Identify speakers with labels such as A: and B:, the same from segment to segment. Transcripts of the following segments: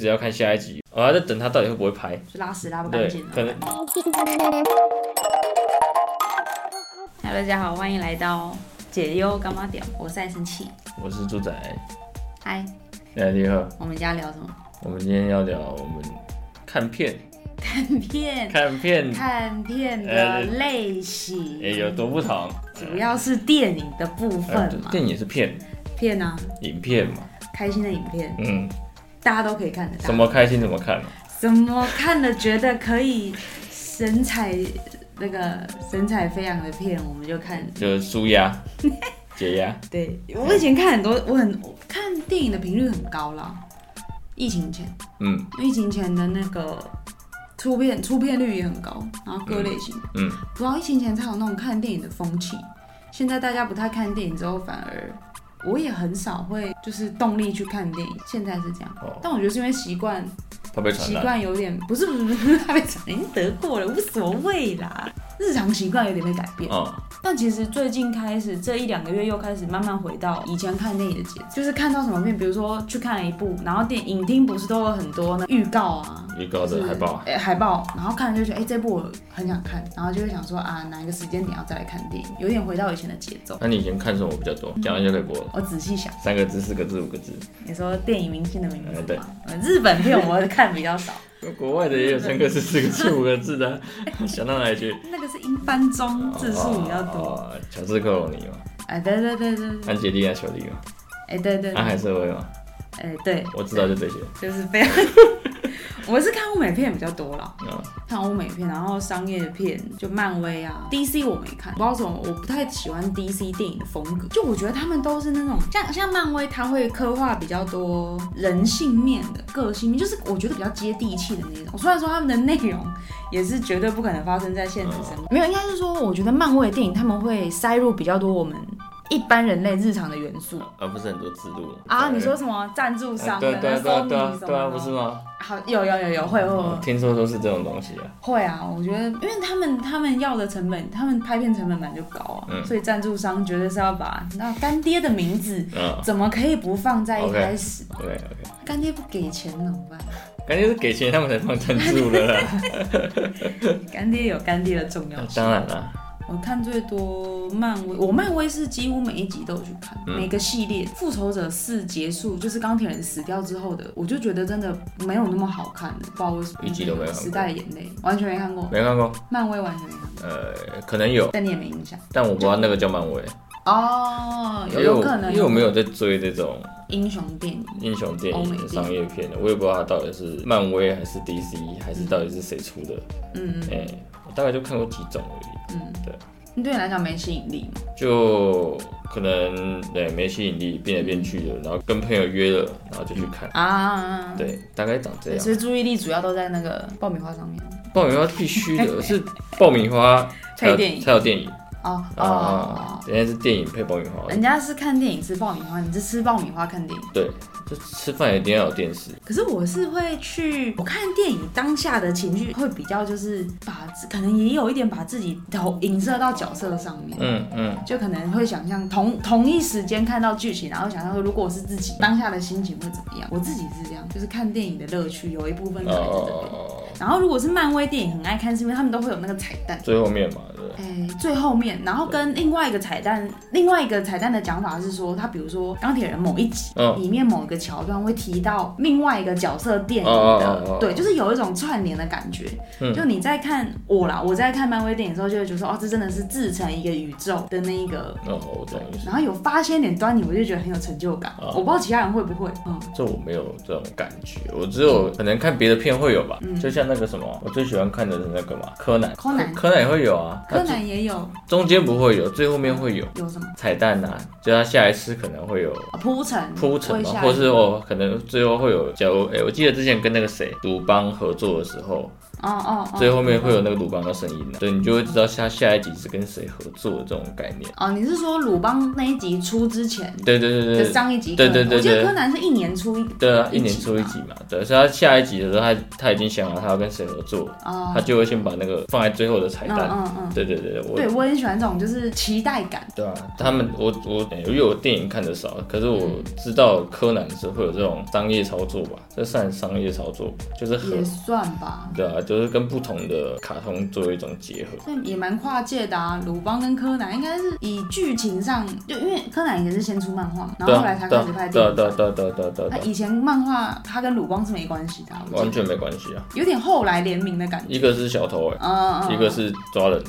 A: 直要看下一集，哦我还在等他到底会不会拍。
B: 就拉屎拉不干
A: 对
B: 净啊，。
A: 可能
B: Hello，大家好，欢迎来到解忧干妈屌，我是爱生气。
A: 我是猪仔，
B: 嗨，
A: 哎，你好，
B: 我们家聊什么？
A: 我们今天要聊我们看片，
B: 看片，
A: 看片哎
B: 看片的
A: 呃
B: 类型，
A: 也有多不同。
B: 主要是电影的部
A: 呃
B: 分嘛，
A: 电影也是片，
B: 片啊，
A: 影片嘛，
B: 开心的影片，
A: 嗯，
B: 大家都可以看得到。
A: 怎么开心怎么看嘛。
B: 怎么看了觉得可以神采那个神采飞扬的片，我们就看。
A: 就是舒 压、解压。
B: 对我以前看很多，我很我看电影的频率很高啦。疫情前，
A: 嗯
B: 疫情前的那个出片出片率也很高，然后各类型，
A: 嗯，
B: 主要疫情前才有那种看电影的风气。现在大家不太看电影之后，反而我也很少会就是动力去看电影，现在是这样。
A: 哦，
B: 但我觉得是因为习惯
A: 怕被传
B: 习
A: 染。
B: 惯有点不是不是不是，他被讲已经得过了，无所谓啦。日常习惯有点被改变，
A: 哦，
B: 但其实最近开始这一两个月又开始慢慢回到以前看电影的节奏，就是看到什么片，比如说去看了一部，然后电影厅不是都有很多那预告啊。
A: 预告的海报，
B: 哎、海报，然后看了就觉得，哎、这部我很想看，然后就会想说啊，哪一个时间点要再来看电影，有点回到以前的节奏。
A: 那你以前看什么比较多？讲一下可以播了，
B: 我仔细想，
A: 三个字、四个字、五个字。
B: 你说电影明星的名字
A: 哎对
B: 吗？呃日本片我看比较少，
A: 那国外的也有三个字、四个字、五个字的啊， 想到哪里去？
B: 那个是英翻中字数比较多。
A: 哦。乔治克隆尼嘛，
B: 哎、对对对对对。
A: 安吉丽娜·裘丽嘛，
B: 哎、对对，对
A: 安
B: 哎、
A: 海瑟薇嘛，
B: 对，
A: 我知道就这些。
B: 就是非常。 我是看欧美片比较多啦，
A: 啊，
B: 看欧美片，然后商业片就漫威啊，DC 我没看，不知道为什么，我不太喜欢 DC 电影的风格，就我觉得他们都是那种像像漫威，它会刻画比较多人性面的、个性面，就是我觉得比较接地气的那种。虽然说他们的内容也是绝对不可能发生在现实生哦活，没有，应该是说我觉得漫威的电影他们会塞入比较多我们一般人类日常的元素，
A: 而不是很多字幕
B: 啊，你说什么赞助商
A: 对
B: 的
A: 对
B: 那
A: 对
B: 收
A: 对啊
B: 你什
A: 对啊，
B: 么
A: 不是
B: 的？哦
A: 吗？哦
B: 好，有有有有会会会
A: 听说都是这种东西啊。
B: 会啊！我觉得，因为他们他们要的成本，他们拍片成本本来就高啊，
A: 嗯
B: 所以赞助商绝对是要把那干爹的名字
A: 嗯
B: 怎么可以不放在一开始？
A: ，OK OK，
B: 干爹不给钱怎么办？
A: 感觉是给钱他们才放赞助的 啦。
B: 干爹有干爹的重要
A: 那
B: 性。
A: 当然啦，
B: 我看最多漫威，我漫威是几乎每一集都有去看，
A: 嗯
B: 每个系列。复仇者四结束，就是钢铁人死掉之后的，我就觉得真的没有那么好看了，不知道为什么。
A: 一集都没有看过
B: 时代的眼泪完全没看过，
A: 没看过，
B: 漫威完全没看过，
A: 呃，可能有，
B: 但你也没印象
A: 但我不知道那个叫漫威，
B: 哦，
A: 因
B: 有
A: 为
B: 有
A: 我
B: 可能
A: 因为我没有在追这种
B: 英雄电影，
A: 英雄电
B: 哦欧
A: 影
B: 美电影
A: 商业片的，我也不知道它到底是漫威还是 DC 还是到底是谁出的。
B: 嗯
A: 哎、我大概就看过几种而已，
B: 嗯，
A: 对，
B: 那对你来讲没吸引力吗？
A: 就可能对没吸引力，变来变去的，然后跟朋友约了，然后就去看。
B: 啊，
A: 对，大概长这样
B: 所。以注意力主要都在那个爆米花上面。
A: 爆米花必须的是爆米花才有
B: 嗯 配电影
A: 才有电影
B: 哦哦
A: 啊
B: 哦，，
A: 人家是电影配爆米花
B: 哦，人家是看电影吃爆米花，你是吃爆米花看电影。
A: 对，就吃饭一定要有电视，
B: 可是我是会去，我看电影当下的情绪会比较就是把自，可能也有一点把自己投影射到角色上面。
A: 嗯嗯，
B: 就可能会想象同同一时间看到剧情，然后想象说，如果我是自己当下的心情会怎么样？我自己是这样，就是看电影的乐趣有一部分可能在这边。
A: 哦，
B: 然后如果是漫威电影，很爱看，是因为他们都会有那个彩蛋。
A: 最后面嘛，对不对，
B: 哎、最后面，然后跟另外一个彩蛋，另外一个彩蛋的讲法是说，他比如说钢铁人某一集、
A: 嗯
B: 里面某一个桥段会提到另外一个角色电影
A: 哦
B: 的，
A: 哦哦哦
B: 对，就是有一种串联的感觉。
A: 嗯
B: 就你在看我啦，我在看漫威电影的时候，就会觉得说，哦，这真的是自成一个宇宙的那一个。
A: 哦，我懂意思。
B: 然后有发现点端倪，我就觉得很有成就感。
A: 哦
B: 我不知道其他人会不会，嗯，
A: 这我没有这种感觉，我只有可能看别的片会有吧，就像那个什么，我最喜欢看的是那个嘛，柯南，
B: 嗯柯南
A: 柯南也会有啊，
B: 柯
A: 它
B: 南也有
A: 中中间不会有，最后面会有
B: 有什么
A: 彩蛋呐、啊，就他下一次可能会有
B: 啊铺陈
A: 铺陈
B: 为
A: 嘛，
B: 下一
A: 或是哦，可能最后会有，假如哎、我记得之前跟那个谁鲁邦合作的时候，
B: 哦哦哦，
A: 最后面会有那个鲁邦的声音的，对你就会知道下下一集是跟谁合作的这种概念。
B: 哦，你是说鲁邦那一集出之前
A: 对对对
B: 的
A: 对对，
B: 上一集柯
A: 呃对
B: 南？
A: 对对
B: 我记得
A: 对
B: 柯南是一年出一
A: 对啊，一
B: 一
A: 年
B: 集
A: 出一
B: 吧
A: 集嘛，对，所以他下一集的时候，他他已经想好他要跟谁合作，
B: 哦
A: 他，就会先把那个放在最后的彩
B: 嗯
A: 蛋。
B: 嗯嗯，
A: 对对对，我
B: 对我很喜欢这种就是期待感。
A: 对啊，他们我我因为我电影看的少，可是我知道柯南是会有这种商业操作吧，这算商业操作，就是和
B: 也算吧，
A: 对啊，就是跟不同的卡通做一种结合。
B: 这也蛮跨界的啊。鲁邦跟柯南应该是以剧情上，就因为柯南以前是先出漫画嘛，然
A: 对
B: 后
A: 啊
B: 后来才
A: 对
B: 开
A: 啊
B: 始拍
A: 对
B: 电
A: 啊
B: 影。
A: 对啊对啊对啊对啊对啊
B: 他
A: 对啊，
B: 以前漫画他跟鲁邦是没关系的啊，我记
A: 完
B: 得
A: 全没关系啊，
B: 有点后来联名的感觉。
A: 一个是小偷哎、
B: 嗯嗯，嗯
A: 一个是抓人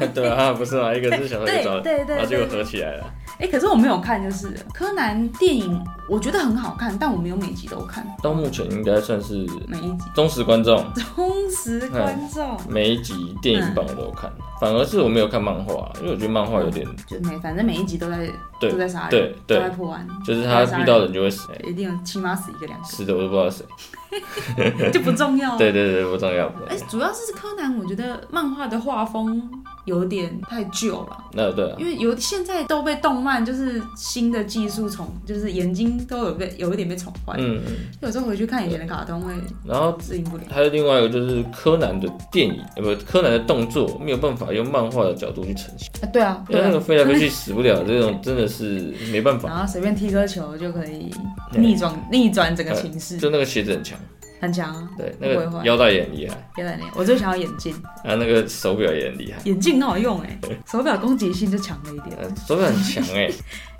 A: 的， 对啊，不是啊，一个是小偷，一个啊
B: 对
A: 抓人，
B: 对
A: 然
B: 对
A: 后结
B: 对
A: 果。合起来了。
B: 哎、可是我没有看，就是了柯南电影，我觉得很好看，但我没有每集都看，
A: 到目前应该算是
B: 每一集。
A: 忠实观众，
B: 忠实观众，
A: 每一集电影版我都有看，反而是我没有看漫画，啊因为我觉得漫画有点
B: 就每反正每一集都在
A: 对
B: 都在杀人，
A: 对
B: 都在
A: 对，
B: 破案，
A: 就是他遇到的哎人就会死，
B: 一定有起码死一个两
A: 死的我都不知道是谁。
B: 个，就不重要。啊
A: 对对对，不重要不重
B: 哎、
A: 要。
B: 主要是柯南，我觉得漫画的画风有点太旧了，
A: 那对啊，
B: 因为有现在都被动漫就是新的技术宠，就是眼睛都有被有一点被宠坏，
A: 嗯，嗯
B: 有时候回去看以前的卡通会
A: 然后
B: 适应不了。
A: 还有另外一个就是柯南的电影，呃，不，柯南的动作没有办法用漫画的角度去呈现，
B: 啊对啊，哦
A: 因为
B: 对
A: 那个
B: 啊，
A: 飞来飞去死不了，这种真的是没办法。
B: 然后随便踢个球就可以
A: 对
B: 逆转逆转整个情势，
A: 就那个鞋子很强，
B: 很强啊！
A: 对，那
B: 不会
A: 个
B: 坏
A: 腰带也很厉害，
B: 别来练，我最想要眼镜，
A: 啊，那个手表也很厉害，
B: 眼镜很好用哎、手表攻击性就强了一点，
A: 呃，手表很强 哎，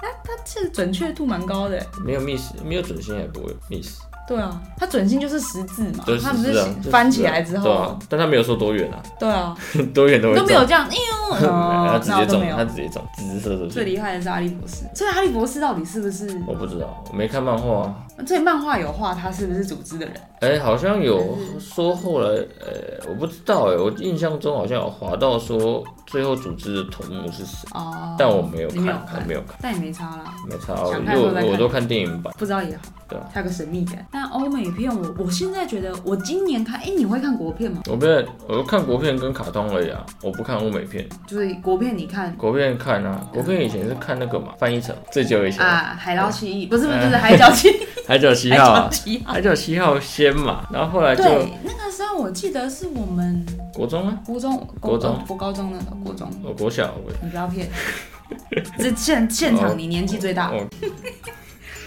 B: 它是准确度蛮高的、欸。
A: 没有 miss，没有准心也不会 miss，
B: 对啊，它准心就是十字嘛，
A: 就是
B: 它不是
A: 啊就是
B: 翻起来之
A: 对
B: 后
A: 啊，，但他没有说多远啊，
B: 对啊，
A: 多远都会
B: 都
A: 中
B: 没，有这样，哎呦，
A: 他
B: 哦
A: 直
B: 那我
A: 接
B: 都
A: 中
B: 没，
A: 他
B: 有。
A: 直接中，直射出
B: 最
A: 去。
B: 厉害的是阿笠博士，所以阿笠博士到底是不是？
A: 我不知道，我没看漫画啊。
B: 所以漫画有画他是不是组织的人？
A: 哎、好像有
B: 嗯
A: 说后来，呃、我不知道哎、我印象中好像有划到说最后组织的头目是谁，
B: 哦，
A: 但我没有看，
B: 你没有
A: 我
B: 看，
A: 没有看，
B: 但也没差啦，
A: 没差，
B: 想
A: 因
B: 看
A: 为
B: 会不会
A: 我我
B: 看
A: 都看电影版，
B: 不知道也好，
A: 对啊
B: 它有个神秘感。但欧美片我我现在觉得，我今年看，哎、你会看国片吗？
A: 我不是我都看国片跟卡通而已啊，我不看欧美片，
B: 就是国片你看
A: 国片看啊，国片以前是看那个嘛，翻译成最久以前，
B: 啊，《海盗七亿》不是不是不是《海角七》
A: 海角七
B: 《海
A: 号、
B: 角
A: 啊。
B: 七号
A: 海角七号先嘛，然后后》来就
B: 对，那个时候我记得是我们
A: 国中啊，
B: 国中、
A: 国中
B: 国高中那个国中，
A: 我国小我
B: 你不要骗。 这现现
A: 哦
B: 场你年纪最大，
A: 我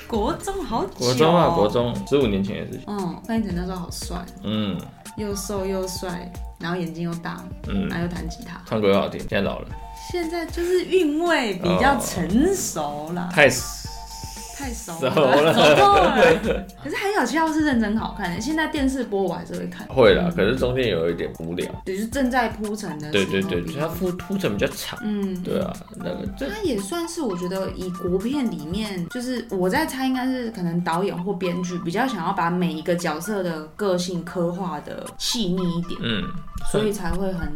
B: 国中好久、哦，
A: 哦国中啊国。中十五年前的事情，
B: 嗯，范逸臣那时候好帅，
A: 嗯
B: 又瘦又帅，然后眼睛又大，
A: 嗯，
B: 然后又弹吉他。
A: 唱歌又好听，现在老了。
B: 现在就是韵味比较成熟啦，
A: 太
B: 太熟
A: 哦熟
B: 了，
A: 了
B: 熟透了。 可是《海角七号》是认真好看的，现在电视播我还是会看。
A: 会啦，可是中间有一点无聊。
B: 就是正在铺陈的时
A: 对
B: 候
A: 对对，
B: 比
A: 嗯就是
B: 较
A: 它铺铺陈比较长。
B: 嗯，
A: 对啊，那个这
B: 它也算是我觉得以国片里面，就是我在猜，应该是可能导演或编剧比较想要把每一个角色的个性刻画的细腻一点，
A: 嗯
B: 所以才会很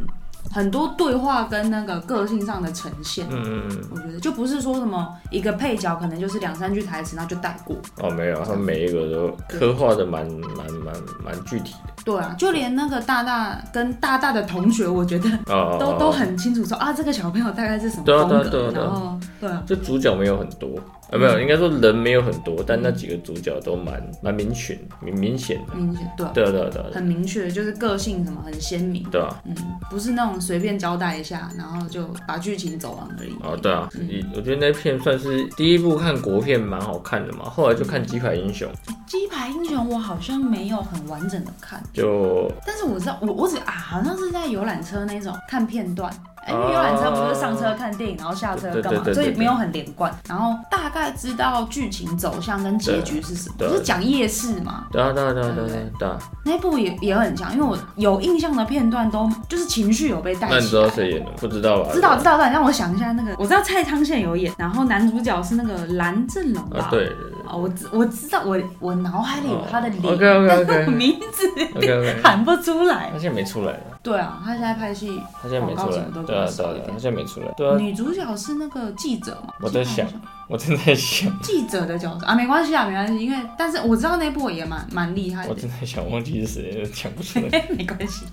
B: 很多对话跟那个个性上的呈现。
A: 嗯嗯
B: 我觉得就不是说什么一个配角可能就是两三句台词，那就带过。
A: 哦没有，它每一个都刻画的蛮蛮蛮蛮具体
B: 对啊，就连那个大大跟大大的同学，我觉得
A: 的啊，
B: 都都很清楚说啊，这个小朋友大概是什么
A: 对啊
B: 风
A: 对啊
B: 格，
A: 对啊对啊
B: 然后对啊，
A: 就主角没有很多啊，没有，应该说人没有很多，但那几个主角都蛮蛮明显明明显的。
B: 明显对啊。
A: 对啊对啊对啊
B: 很明确，就是个性什么很鲜明，
A: 对啊。
B: 嗯，不是那种随便交代一下，然后就把剧情走完而已。
A: 哦，对啊，你我觉得那片算是第一部看国片蛮好看的嘛，后来就看《鸡排英雄》，
B: 鸡排英雄我好像没有很完整的看，
A: 就
B: 但是我知道，我我只啊，好像是在游览车那种看片段。哎，因
A: 哦
B: 为游览车不是上车看电影，然后下车
A: 对对
B: 干嘛
A: 对对，对
B: 所以没有很连贯。然后大概知道剧情走向跟结局是什么，
A: 对
B: 就是讲夜市嘛。
A: 对啊对啊对啊对啊对啊对啊，
B: 那部也也很强，因为我有印象的片段都就是情绪有被带
A: 那你
B: 起
A: 知
B: 来
A: 道。谁演的吗？不知道吧？
B: 知道知道，但让我想一下那个，我知道蔡康永有演，然后男主角是那个蓝正龙吧？
A: 啊，对
B: 哦，我知我知道，我我脑海里有他的脸，
A: 哦 OK OK
B: 但
A: OK
B: 名字
A: OK OK，
B: 喊不出来
A: 他。现在没出来了，
B: 对啊，他现在拍戏，
A: 他现在没出
B: 广告
A: 来
B: 什么都，比
A: 对
B: 较
A: 啊对
B: 少
A: 啊
B: 一
A: 对啊，
B: 点
A: 他现在没出来，对啊，
B: 女主角是那个记者嘛？
A: 我在想
B: 记者好像
A: 我正在想，
B: 记者的角色啊，没关系啊，没关系，因为但是我知道那部也蛮蛮厉害
A: 我
B: 的，
A: 正在想忘记是谁，讲不 出来。
B: 没关系。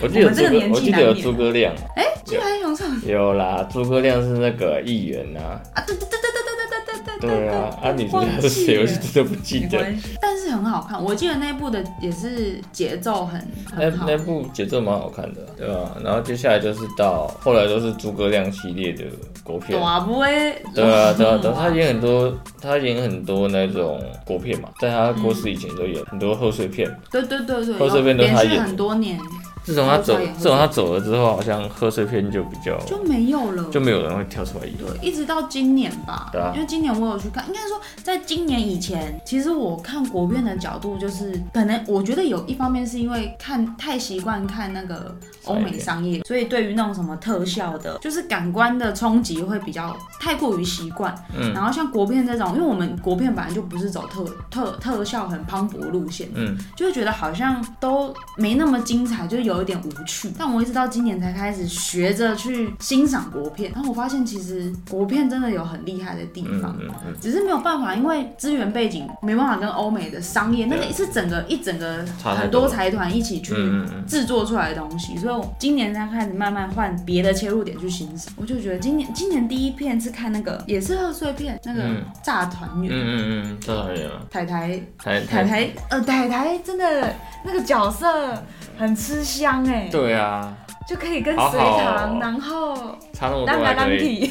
A: 我记得
B: 我们这个
A: 诸葛，
B: 年纪
A: 我记得有
B: 难免啊
A: 诸葛亮，
B: 哎、金牌熊上
A: 有啦，诸葛亮是那个议员呐、啊，
B: 啊，对对对对对对对对对对，
A: 对 啊，啊女主角是
B: 忘记
A: 谁，
B: 了
A: 我真的不记
B: 没
A: 得。
B: 关系，但是很好看。我记得那一部的也是节奏很
A: 那
B: 很好
A: 那，部节奏蛮好看的，对吧、然后接下来就是到后来都是诸葛亮系列的国片，
B: 哇不会，
A: 对啊， 对啊，对啊，他演很多，他演很多那种国片嘛，在他过世以前都演很多贺岁片。
B: 对对对对，
A: 贺岁片都
B: 连
A: 他
B: 续
A: 演
B: 很多年
A: 自从他走
B: 他有演，贺岁
A: 自从他走了之后，好像贺岁片就比较
B: 就没有了，
A: 就没有人会跳出来演。
B: 对，一直到今年吧，
A: 对啊
B: 因为今年我有去看，应该说在今年以前，其实我看国片的角度就是，可能我觉得有一方面是因为看太习惯看那个欧美商业，所以对于那种什么特效的，就是感官的冲击会比较太过于习惯。
A: 嗯
B: 然后像国片这种，因为我们国片本来就不是走特特特效很磅礴路线，
A: 嗯，
B: 就会觉得好像都没那么精彩，就是有一点无趣。但我一直到今年才开始学着去欣赏国片，然后我发现其实国片真的有很厉害的地
A: 嗯
B: 方。
A: 嗯嗯，
B: 只是没有办法，因为资源背景没办法跟欧美的商业那个
A: 对
B: 是整个一整个
A: 差太
B: 很
A: 多
B: 多
A: 了
B: 财团一起去
A: 嗯嗯嗯
B: 制作出来的东西，所以我今年才开始慢慢换别的切入点去欣赏。我就觉得今年今年第一片是看那个也是贺岁片那个
A: 嗯
B: 炸团
A: 嗯
B: 圆，
A: 嗯嗯，多少演了？
B: 台台
A: 台
B: 台台，呃，台台真的那个角色很吃香哎，
A: 对啊，
B: 就可以跟
A: 好
B: 隋
A: 好
B: 唐，然后
A: 差那么
B: 当
A: 多还
B: 来当
A: 可以，
B: 体，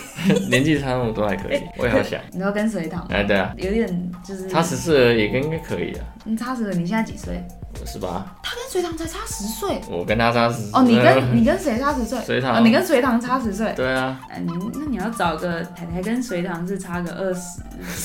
A: 年纪差那么多还可以，我也好想。
B: 你要跟隋唐
A: 哎，对啊，
B: 有点就是
A: 差十四了也应该可以啊，
B: 你差十了，你现在几岁？
A: 十八，
B: 他跟隋唐才差十岁
A: 我跟他差十。
B: 哦，你跟你跟谁差十岁？
A: 隋唐
B: 哦，你跟隋唐差十岁。
A: 对啊，
B: 哎，你那你要找个台台跟隋唐是差个二十，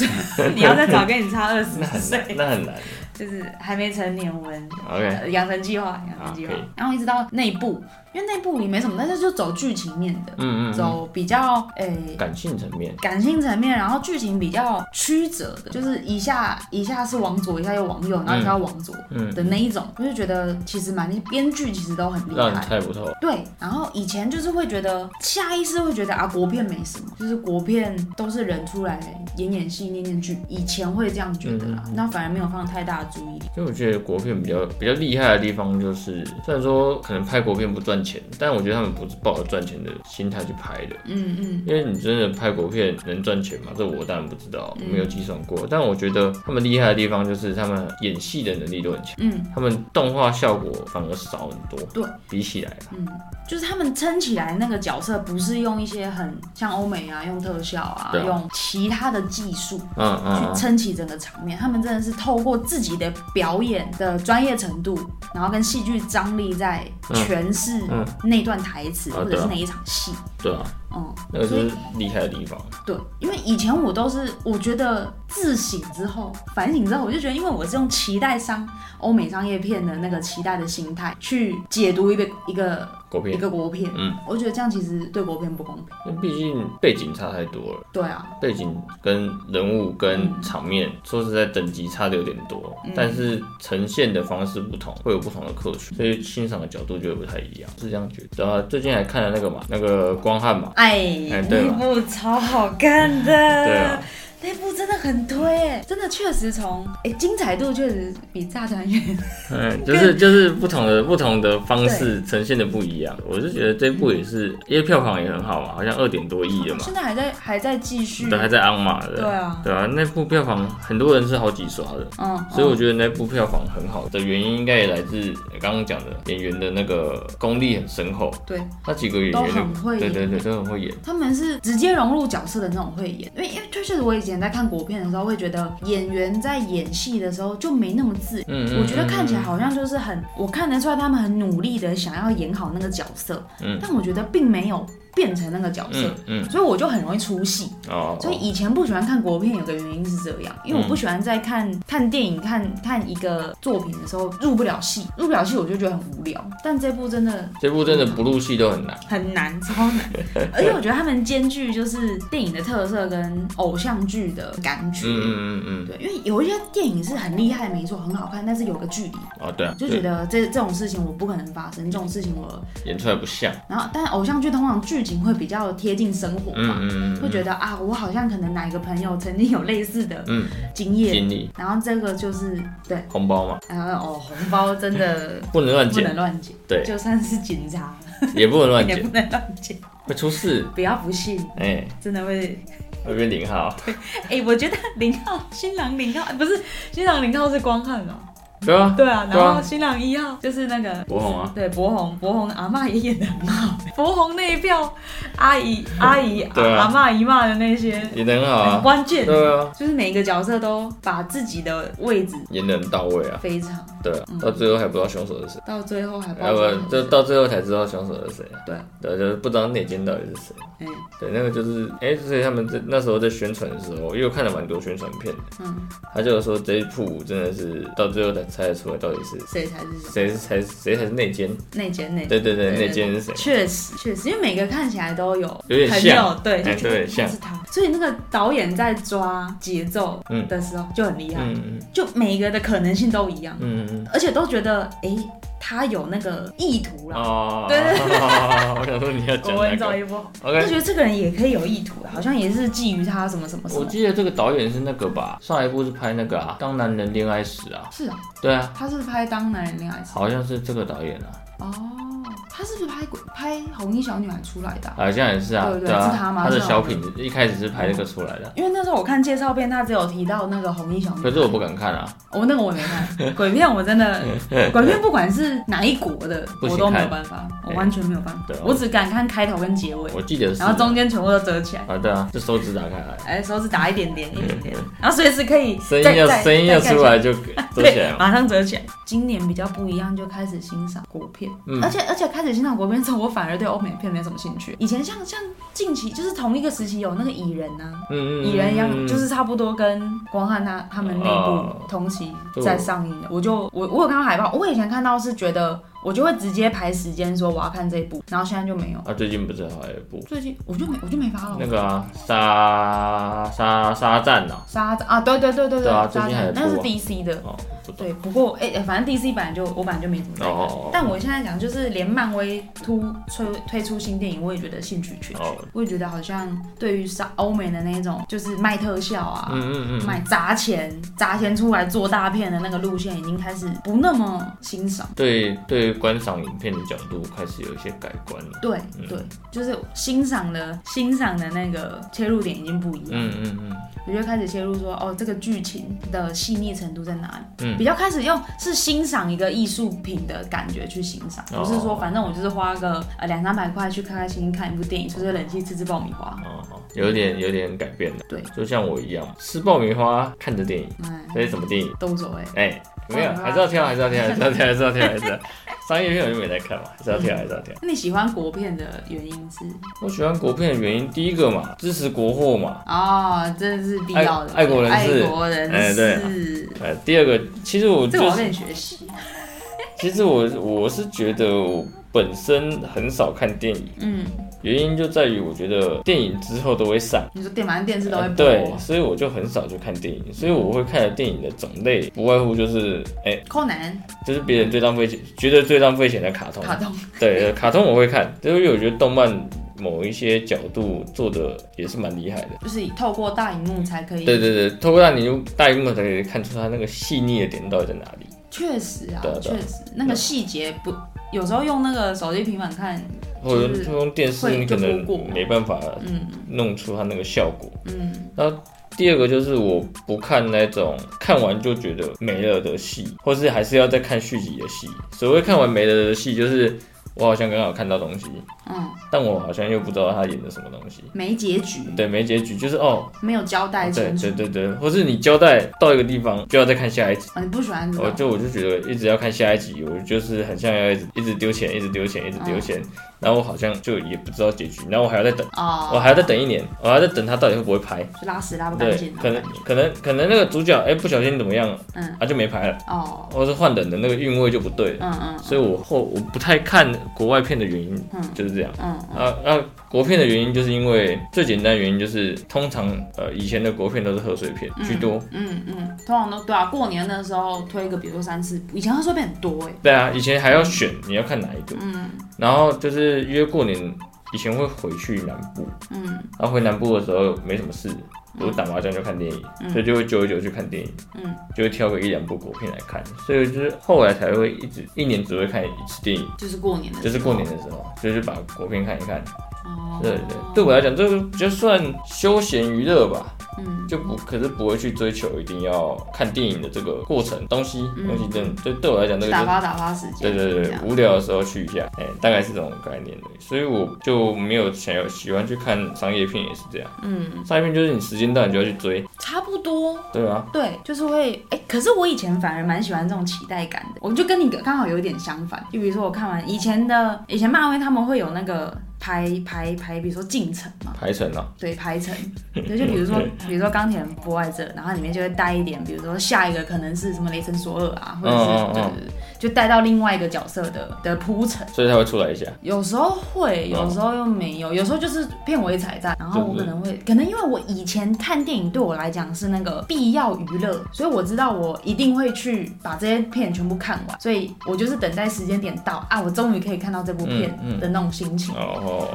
B: 你要再找跟你差二十
A: 那很
B: 岁，
A: 难，那很难。
B: 就是还没成年文。
A: OK，啊
B: 呃养成计划，养成计划
A: 好可以，
B: 然后一直到内部，因为内部也没什么，但是就走剧情面的，
A: 嗯嗯嗯，
B: 走比较诶、
A: 感性层面，
B: 感性层面，然后剧情比较曲折的，就是一下一下是往左，一下又往右，然后一下又往左
A: 嗯，
B: 的那一种，我就觉得其实蛮厉，编剧其实都很厉
A: 让你
B: 害。
A: 猜不透。
B: 对，然后以前就是会觉得下意识会觉得啊，国片没什么，就是国片都是人出来演演戏、念念剧，以前会这样觉得
A: 嗯
B: 啦，那反而没有放太大的注意力。
A: 因为我觉得国片比较比较厉害的地方，就是虽然说可能拍国片不赚钱，但我觉得他们不是抱着赚钱的心态去拍的。
B: 嗯嗯，
A: 因为你真的拍国片能赚钱吗？这我当然不知道，没有计算过。但我觉得他们厉害的地方就是他们演戏的能力都很强，
B: 嗯，
A: 他们动画效果反而少很多。
B: 对，
A: 比起来啊啦，
B: 就是他们撑起来那个角色，不是用一些很像欧美啊，用特效啊，
A: 对啊
B: 用其他的技术
A: 嗯嗯
B: 去撑起整个场面。他们真的是透过自己的表演的专业程度，然后跟戏剧张力在诠释
A: 嗯
B: 那段台词、
A: 啊
B: 或者
A: 对啊
B: 是那一场戏。
A: 嗯，对啊，
B: 嗯，
A: 那个就是厉害的地方。
B: 对，因为以前我都是我觉得自省之后、反省之后，我就觉得，因为我是用期待商欧美商业片的那个期待的心态去解读一个一个
A: 国
B: 一
A: 片，
B: 个国片，
A: 嗯，
B: 我觉得这样其实对国片不公平。
A: 因为毕竟背景差太多了。
B: 对啊，
A: 背景跟人物跟场面，说实在等级差的有点多，但是呈现的方式不同，会有不同的客群，所以欣赏的角度就会不太一样，是这样觉得。然后最近还看了那个嘛，那个光汉嘛，
B: 哎，
A: 哎对
B: 那
A: 嘛
B: 部超好看的，
A: 对啊，
B: 那部真的很推哎，真的确实从哎精彩度确实比《炸团圆》
A: 嗯，就是就是不同的不同的方式呈现的不一样。我是觉得这部也是，因为票房也很好嘛，好像二点多亿了嘛，
B: 现在还在还在继续，
A: 对，还在安嘛，
B: 嗯对啊，
A: 对啊，那部票房很多人是好几刷的，
B: 嗯，
A: 所以我
B: 嗯
A: 觉得那部票房很好的原因，应该也来自刚刚讲的演员的那个功力很深厚，
B: 对。
A: 那几个演员
B: 都很会
A: 对
B: 演
A: 对对，都很会演。
B: 他们是直接融入角色的那种会演，因为因为就是我以前在看国片的时候，会觉得演员在演戏的时候就没那么自然。
A: 嗯，嗯
B: 我觉得看起来
A: 嗯
B: 好像就是很，我看得出来他们很努力的想要演好那个角色，
A: 嗯
B: 但我觉得并没有变成那个角色，
A: 嗯嗯
B: 所以我就很容易出戏。
A: 哦，嗯
B: 所以以前不喜欢看国片，有个原因是这样，因为我不喜欢在看看电影、看看一个作品的时候入不了戏，入不了戏我就觉得很无聊。但这部真的
A: 这部真的不入戏都很难。
B: 很难，超 难，而且我觉得他们兼具就是电影的特色跟偶像剧的感觉。
A: 嗯嗯嗯嗯，
B: 对，因为有一些电影是很厉害，没错，很好看，但是有个距离，
A: 哦对啊，
B: 就觉
A: 对
B: 得这这种事情我不可能发生，这种事情我，
A: 演出来不像。
B: 然后但偶像剧通常剧情会比较贴近生活
A: 嗯
B: 嘛，
A: 嗯嗯
B: 会觉得啊，我好像可能哪一个朋友曾经有类似的
A: 嗯，
B: 经验，
A: 经历
B: 然后这个就是对，
A: 红包嘛，
B: 然后哦，红包真 的
A: 不能乱
B: 不
A: 捡，
B: 能乱捡，
A: 对
B: 就算是警察
A: 也不能乱
B: 也
A: 捡，
B: 不能乱捡，
A: 会出事。
B: 不要不信，
A: 哎，
B: 真 的会。
A: 会变零号，
B: 哎、我觉得林浩新郎林浩哎不是新郎林浩是光汉哦，
A: 对啊，
B: 对啊，
A: 对啊
B: 然后新郎一号就是那个
A: 博宏啊，
B: 对，博宏，博宏阿嬷也演的很 好。博宏那一票，阿姨、阿姨、
A: 对啊
B: 阿嬷姨妈的那些，
A: 演得很好
B: 很
A: 啊，
B: 关键，
A: 对啊，
B: 就是每一个角色都把自己的位置
A: 演得很到位啊，
B: 非常，
A: 对啊，到最后还不知道凶手是谁，
B: 到最后还
A: 要
B: 包
A: 不
B: 括
A: 然就到最后才知道凶手是谁啊，
B: 嗯对，
A: 对，就是不知道内奸到底是谁。
B: 嗯
A: 对，那个就是，哎、所以他们在那时候在宣传的时候，因为我看了蛮多宣传片的，
B: 嗯，
A: 他就有说这一部真的是到最后才猜得出来到底是
B: 谁才是
A: 谁是才谁才是内奸，
B: 内奸内奸。
A: 对对对，
B: 对对
A: 内奸是谁？
B: 确实，确实，因为每个看起来都有
A: 有点
B: 朋
A: 像
B: 友，对，就
A: 哎
B: 觉
A: 对
B: 得
A: 像
B: 是他，所以那个导演在抓节奏
A: 嗯
B: 的时候就很厉害，
A: 嗯
B: 就每一个的可能性都一样，
A: 嗯嗯
B: 而且都觉得哎、他有那个意图
A: 嗯，
B: 啦，
A: 哦，
B: 对对
A: 我想说你要讲
B: 我
A: 哪
B: 们找
A: 个
B: 一波，就
A: ？OK，
B: 觉得这个人也可以有意图啊，好像也是觊觎他什么什么什
A: 我
B: 么。
A: 记得这个导演是那个吧，上一部是拍那个啊，《当男人恋爱时》啊，
B: 是啊，
A: 对啊，
B: 他是拍《当男人恋爱时
A: 好像是这个导演啊，》
B: 哦，他是不是拍鬼拍红衣小女孩出来的啊、
A: 好像也是啊，
B: 对对
A: 啊，
B: 是他吗
A: 的
B: 是他
A: 小品一开始是拍这个出来的，
B: 因为那时候我看介绍片，他只有提到那个红衣小女
A: 可
B: 孩，
A: 是我不敢看啊，
B: 我、那个我也没 看。鬼片我真的，鬼片不管是哪一国的，
A: 不行
B: 我都没有办法，我完全没有办法
A: 对，
B: 我只敢看开头跟结尾，
A: 我记得是
B: 然后中间全部都遮起来，
A: 啊，对啊，就手指打开来，
B: 哎，手指打一点点，一 点点，然后随时可以
A: 声
B: 再
A: 音要
B: 再
A: 声音要
B: 再盖
A: 出
B: 起来
A: 来就遮起来
B: 对，
A: 嘛。
B: 马上折起来。今年比较不一样，就开始欣赏国片，
A: 嗯
B: 而且而且开始欣赏国片之后，我反而对欧美片没什么兴趣。以前像像近期就是同一个时期有那个蚁人啊，
A: 嗯嗯，
B: 蚁人一样，
A: 嗯
B: 就是差不多跟光汉啊他他们内
A: 哦
B: 部同期在上映的。我就我我有看到海报，我以前看到是觉得我就会直接排时间说我要看这一部，然后现在就没有。
A: 啊，最近不是还有一部
B: 最近我就没我就没发了。
A: 那个啊，沙沙沙战呢？
B: 沙子啊，对对对对
A: 对啊最
B: 沙
A: 近还有
B: 子那是
A: 播啊
B: DC 的，
A: 哦，不懂
B: 对。不过哎、哎反正 DC 本来就我本来就没怎么在看。
A: 哦哦
B: 但我现在讲，就是连漫威突推推出新电影，我也觉得兴趣缺
A: 哦
B: 缺。
A: 哦，
B: 我也觉得好像对于上欧美的那一种，就是卖特效啊，
A: 嗯嗯嗯，
B: 卖砸钱、砸钱出来做大片的那个路线，已经开始不那么欣赏。
A: 对对，观赏影片的角度开始有一些改观了。
B: 对
A: 嗯
B: 对，就是欣赏的欣赏的那个切入点已经不一样。
A: 嗯嗯嗯，
B: 我就开始切入说，哦，这个剧情的细腻程度在哪里？
A: 嗯
B: 比较开始用是欣赏一个艺术品的感觉去欣赏，
A: 哦
B: 不是说反正我就是花个呃两三百块去开开心心看一部电影，吹吹冷气，吃吃爆米花。
A: 哦哦，有点有点改变了。
B: 对，
A: 就像我一样，吃爆米花看着电影，
B: 哎，
A: 所以什么电影？
B: 都无所谓。
A: 哎，没有，
B: 爆米花
A: 还是要挑，还是要挑，还是要挑，还是要挑，还是要挑。商业片我就没在看嘛，还是要挑，还是要挑。
B: 那你喜欢国片的原因是？
A: 我喜欢国片的原因，第一个嘛，支持国货嘛。
B: 哦，这是必要的，
A: 爱爱国人士
B: 爱国人士。
A: 哎对呃，第二个，其实我
B: 这个
A: 就
B: 我要
A: 是
B: 跟你学习。
A: 其实我我是觉得我本身很少看电影，
B: 嗯，
A: 原因就在于我觉得电影之后都会上。
B: 你说电反正电视都会
A: 呃
B: 播，
A: 对，所以我就很少去看电影，所以我会看的电影的种类不外乎就是，哎、
B: 柯南、
A: 就是别人最浪费钱，觉得最浪费钱的卡通。
B: 卡通，
A: 对，卡通我会看，就是因为我觉得动漫某一些角度做的也是蛮厉害的。
B: 就是以透过大荧幕才可以。
A: 对对对，透过大荧幕大荧幕才可以看出它那个细腻的点到底在哪里。
B: 确实啊
A: 对啊，对
B: 确
A: 啊
B: 实那个细节不，有时候用那个手机、平板看，
A: 或者
B: 就是
A: 用电视，
B: 会
A: 你可能
B: 就播过
A: 没办法
B: 嗯
A: 弄出它那个效果。
B: 嗯，
A: 第二个就是我不看那种看完就觉得没了的戏，或是还是要再看续集的戏。所谓看完没了的戏，就是我好像刚好看到东西，
B: 嗯，
A: 但我好像又不知道他演的什么东西。
B: 没结局，
A: 对，没结局，就是哦，
B: 没有交代
A: 对
B: 清楚
A: 对，对对，或是你交代到一个地方就要再看下一集，哦
B: 啊，你不喜欢这
A: 我
B: 种，
A: 就我就觉得一直要看下一集，我就是很像要一直一直丢钱，一直丢钱，一直丢钱，然后我好像就也不知道结局，然后我还要再等，
B: 哦，
A: 我还要再等一年，我还要再等他到底会不会拍。
B: 就拉屎拉不干
A: 对
B: 净，，
A: 可能可能可能那个主角哎、不小心怎么样了
B: 嗯
A: 啊就没拍了，
B: 哦
A: 或是换人的那个韵味就不对了，
B: 嗯嗯
A: 所以我后我不太看国外片的原因
B: 嗯
A: 就是这样。
B: 嗯
A: 啊啊！国片的原因就是因为最简单的原因就是，通常呃以前的国片都是贺岁片居多，
B: 嗯嗯，通常都对啊，过年的时候推个，比如说三四部，以前贺岁片很多哎、
A: 对啊，以前还要选你要看哪一个，
B: 嗯
A: 然后就是约过年，以前会回去南部，
B: 嗯
A: 然后回南部的时候没什么事，我打麻将就看电影，所以就会久而久之去看电影，
B: 嗯，
A: 就会挑个一两部国片来看，所以就是后来才会一直一年只会看一次电影，
B: 就是过年的时
A: 就
B: 候，
A: 是过年的时候，就是把国片看一看，
B: 哦，
A: 对对，对我来讲这个就算休闲娱乐吧，
B: 嗯
A: 就不可是不会去追求一定要看电影的这个过程东西
B: 嗯
A: 东西真的对对我来讲这个就
B: 打
A: 是。
B: 发打发时间，
A: 对对
B: 这
A: 对，
B: 样
A: 无聊的时候去一下，哎、大概是这种概念的，所以我就没有想要喜欢去看商业片，也是这样。
B: 嗯，
A: 商业片就是你时间到你就要去追，
B: 差不多。
A: 对啊，
B: 对，就是会哎、可是我以前反而蛮喜欢这种期待感的，我就跟你刚好有点相反。就比如说我看完以前的，以前漫威他们会有那个排排排，比如说进程嘛，
A: 排程啊，
B: 对，排程，对，就比 如说，比如说钢铁人播在这，然后里面就会带一点，比如说下一个可能是什么雷神索尔啊，或者
A: 嗯嗯嗯
B: 是对对对，就带到另外一个角色的的铺陈。
A: 所以他会出来一下。
B: 有时候
A: 嗯
B: 会，有时候又没有，有时候就是片尾彩蛋，然后我可能会，可能因为我以前看电影对我来讲是那个必要娱乐，所以我知道我一定会去把这些片全部看完，所以我就是等待时间点到啊，我终于可以看到这部片
A: 嗯嗯
B: 的那种心情。
A: 哦，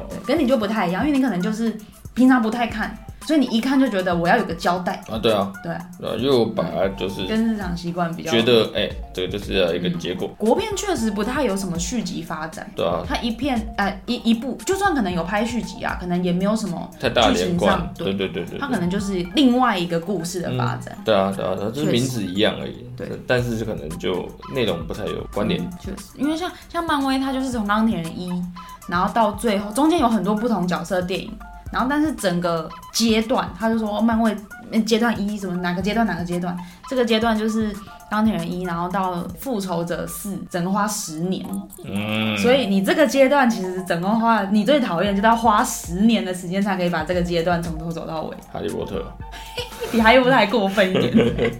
B: 对跟你就不太一样，因为你可能就是平常不太看，所以你一看就觉得我要有个交代，
A: 啊，对啊，
B: 对，
A: 然后又把它就是
B: 跟日常习惯比较。
A: 觉得哎、这个就是要一个结果，
B: 国片确实不太有什么续集发展，
A: 对啊，
B: 它一片呃一一部，就算可能有拍续集啊，可能也没有什么，
A: 太大连
B: 剧情
A: 贯
B: 上，
A: 对对对对
B: 它
A: 对。
B: 可能就是另外一个故事的发展。
A: 对啊，对啊，对啊，就是
B: 确实
A: 名字一样而已，
B: 对，
A: 但是就可能就内容不太有关联，
B: 嗯确实，因为像像漫威，它就是从钢铁人一，然后到最后中间有很多不同角色电影，然后但是整个阶段，他就说、哦漫威嗯阶段一什么哪个阶段哪个阶段，这个阶段就是钢铁人一，然后到复仇者四，整个花十年，
A: 嗯，
B: 所以你这个阶段其实整个花你最讨厌就是要花十年的时间才可以把这个阶段从头走到尾，
A: 哈利波特，
B: 比还有太过分一点，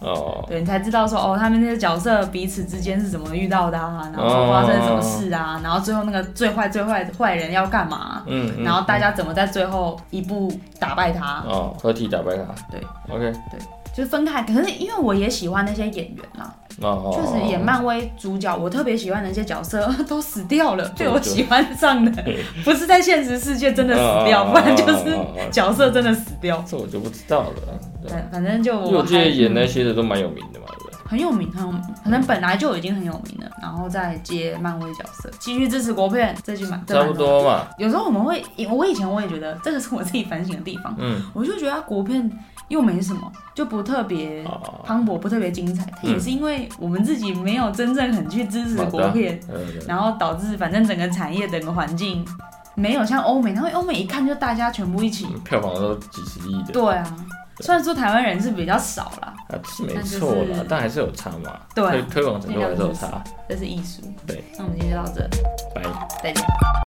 A: 哦，
B: 对你才知道说哦，他们那些角色彼此之间是怎么遇到的
A: 哦
B: 啊，然后发生什么事啊，然后最后那个最坏最坏的坏人要干嘛啊、
A: 嗯，嗯
B: 然后大家怎么在最后一步打败他，
A: 哦，合体打败他，
B: 对
A: ，OK，
B: 就是分开。可是因为我也喜欢那些演员啦，
A: 哦，
B: 确实演漫威主角，我特别喜欢的那些角色 都死掉了，
A: 对
B: 被我喜欢上的，不是在现实世界真的死掉，
A: 哦
B: 不然就是
A: 哦哦哦
B: 角色真的死掉。
A: 这我就不知道了。对
B: 反反正就
A: 因为
B: 我
A: 我记得
B: 还
A: 演那些的都蛮有名的嘛，对不对
B: 很有名，很有名，可能本来就已经很有名了，然后再接漫威角色，继续支持国片，这句嘛，这
A: 差
B: 蛮
A: 不。多嘛。
B: 有时候我们会，我以前我也觉得这个是我自己反省的地方，
A: 嗯，
B: 我就觉得国片又没什么，就不特别
A: 哦，
B: 磅礴，不特别精彩。它也是因为我们自己没有真正很去支持
A: 好的
B: 国片，
A: 嗯
B: 然后导致反正整个产业、整个环境没有像欧美，然后欧美一看就大家全部一起。
A: 嗯票房都几十亿的，
B: 对啊，虽然说台湾人是比较少啦，
A: 啊，是没错
B: 那就
A: 啦
B: 是，
A: 但还是有差嘛，
B: 对啊
A: 推推广程度还是有差，
B: 这是艺术。
A: 对，
B: 那我们今天就到这，
A: 拜。
B: 再见。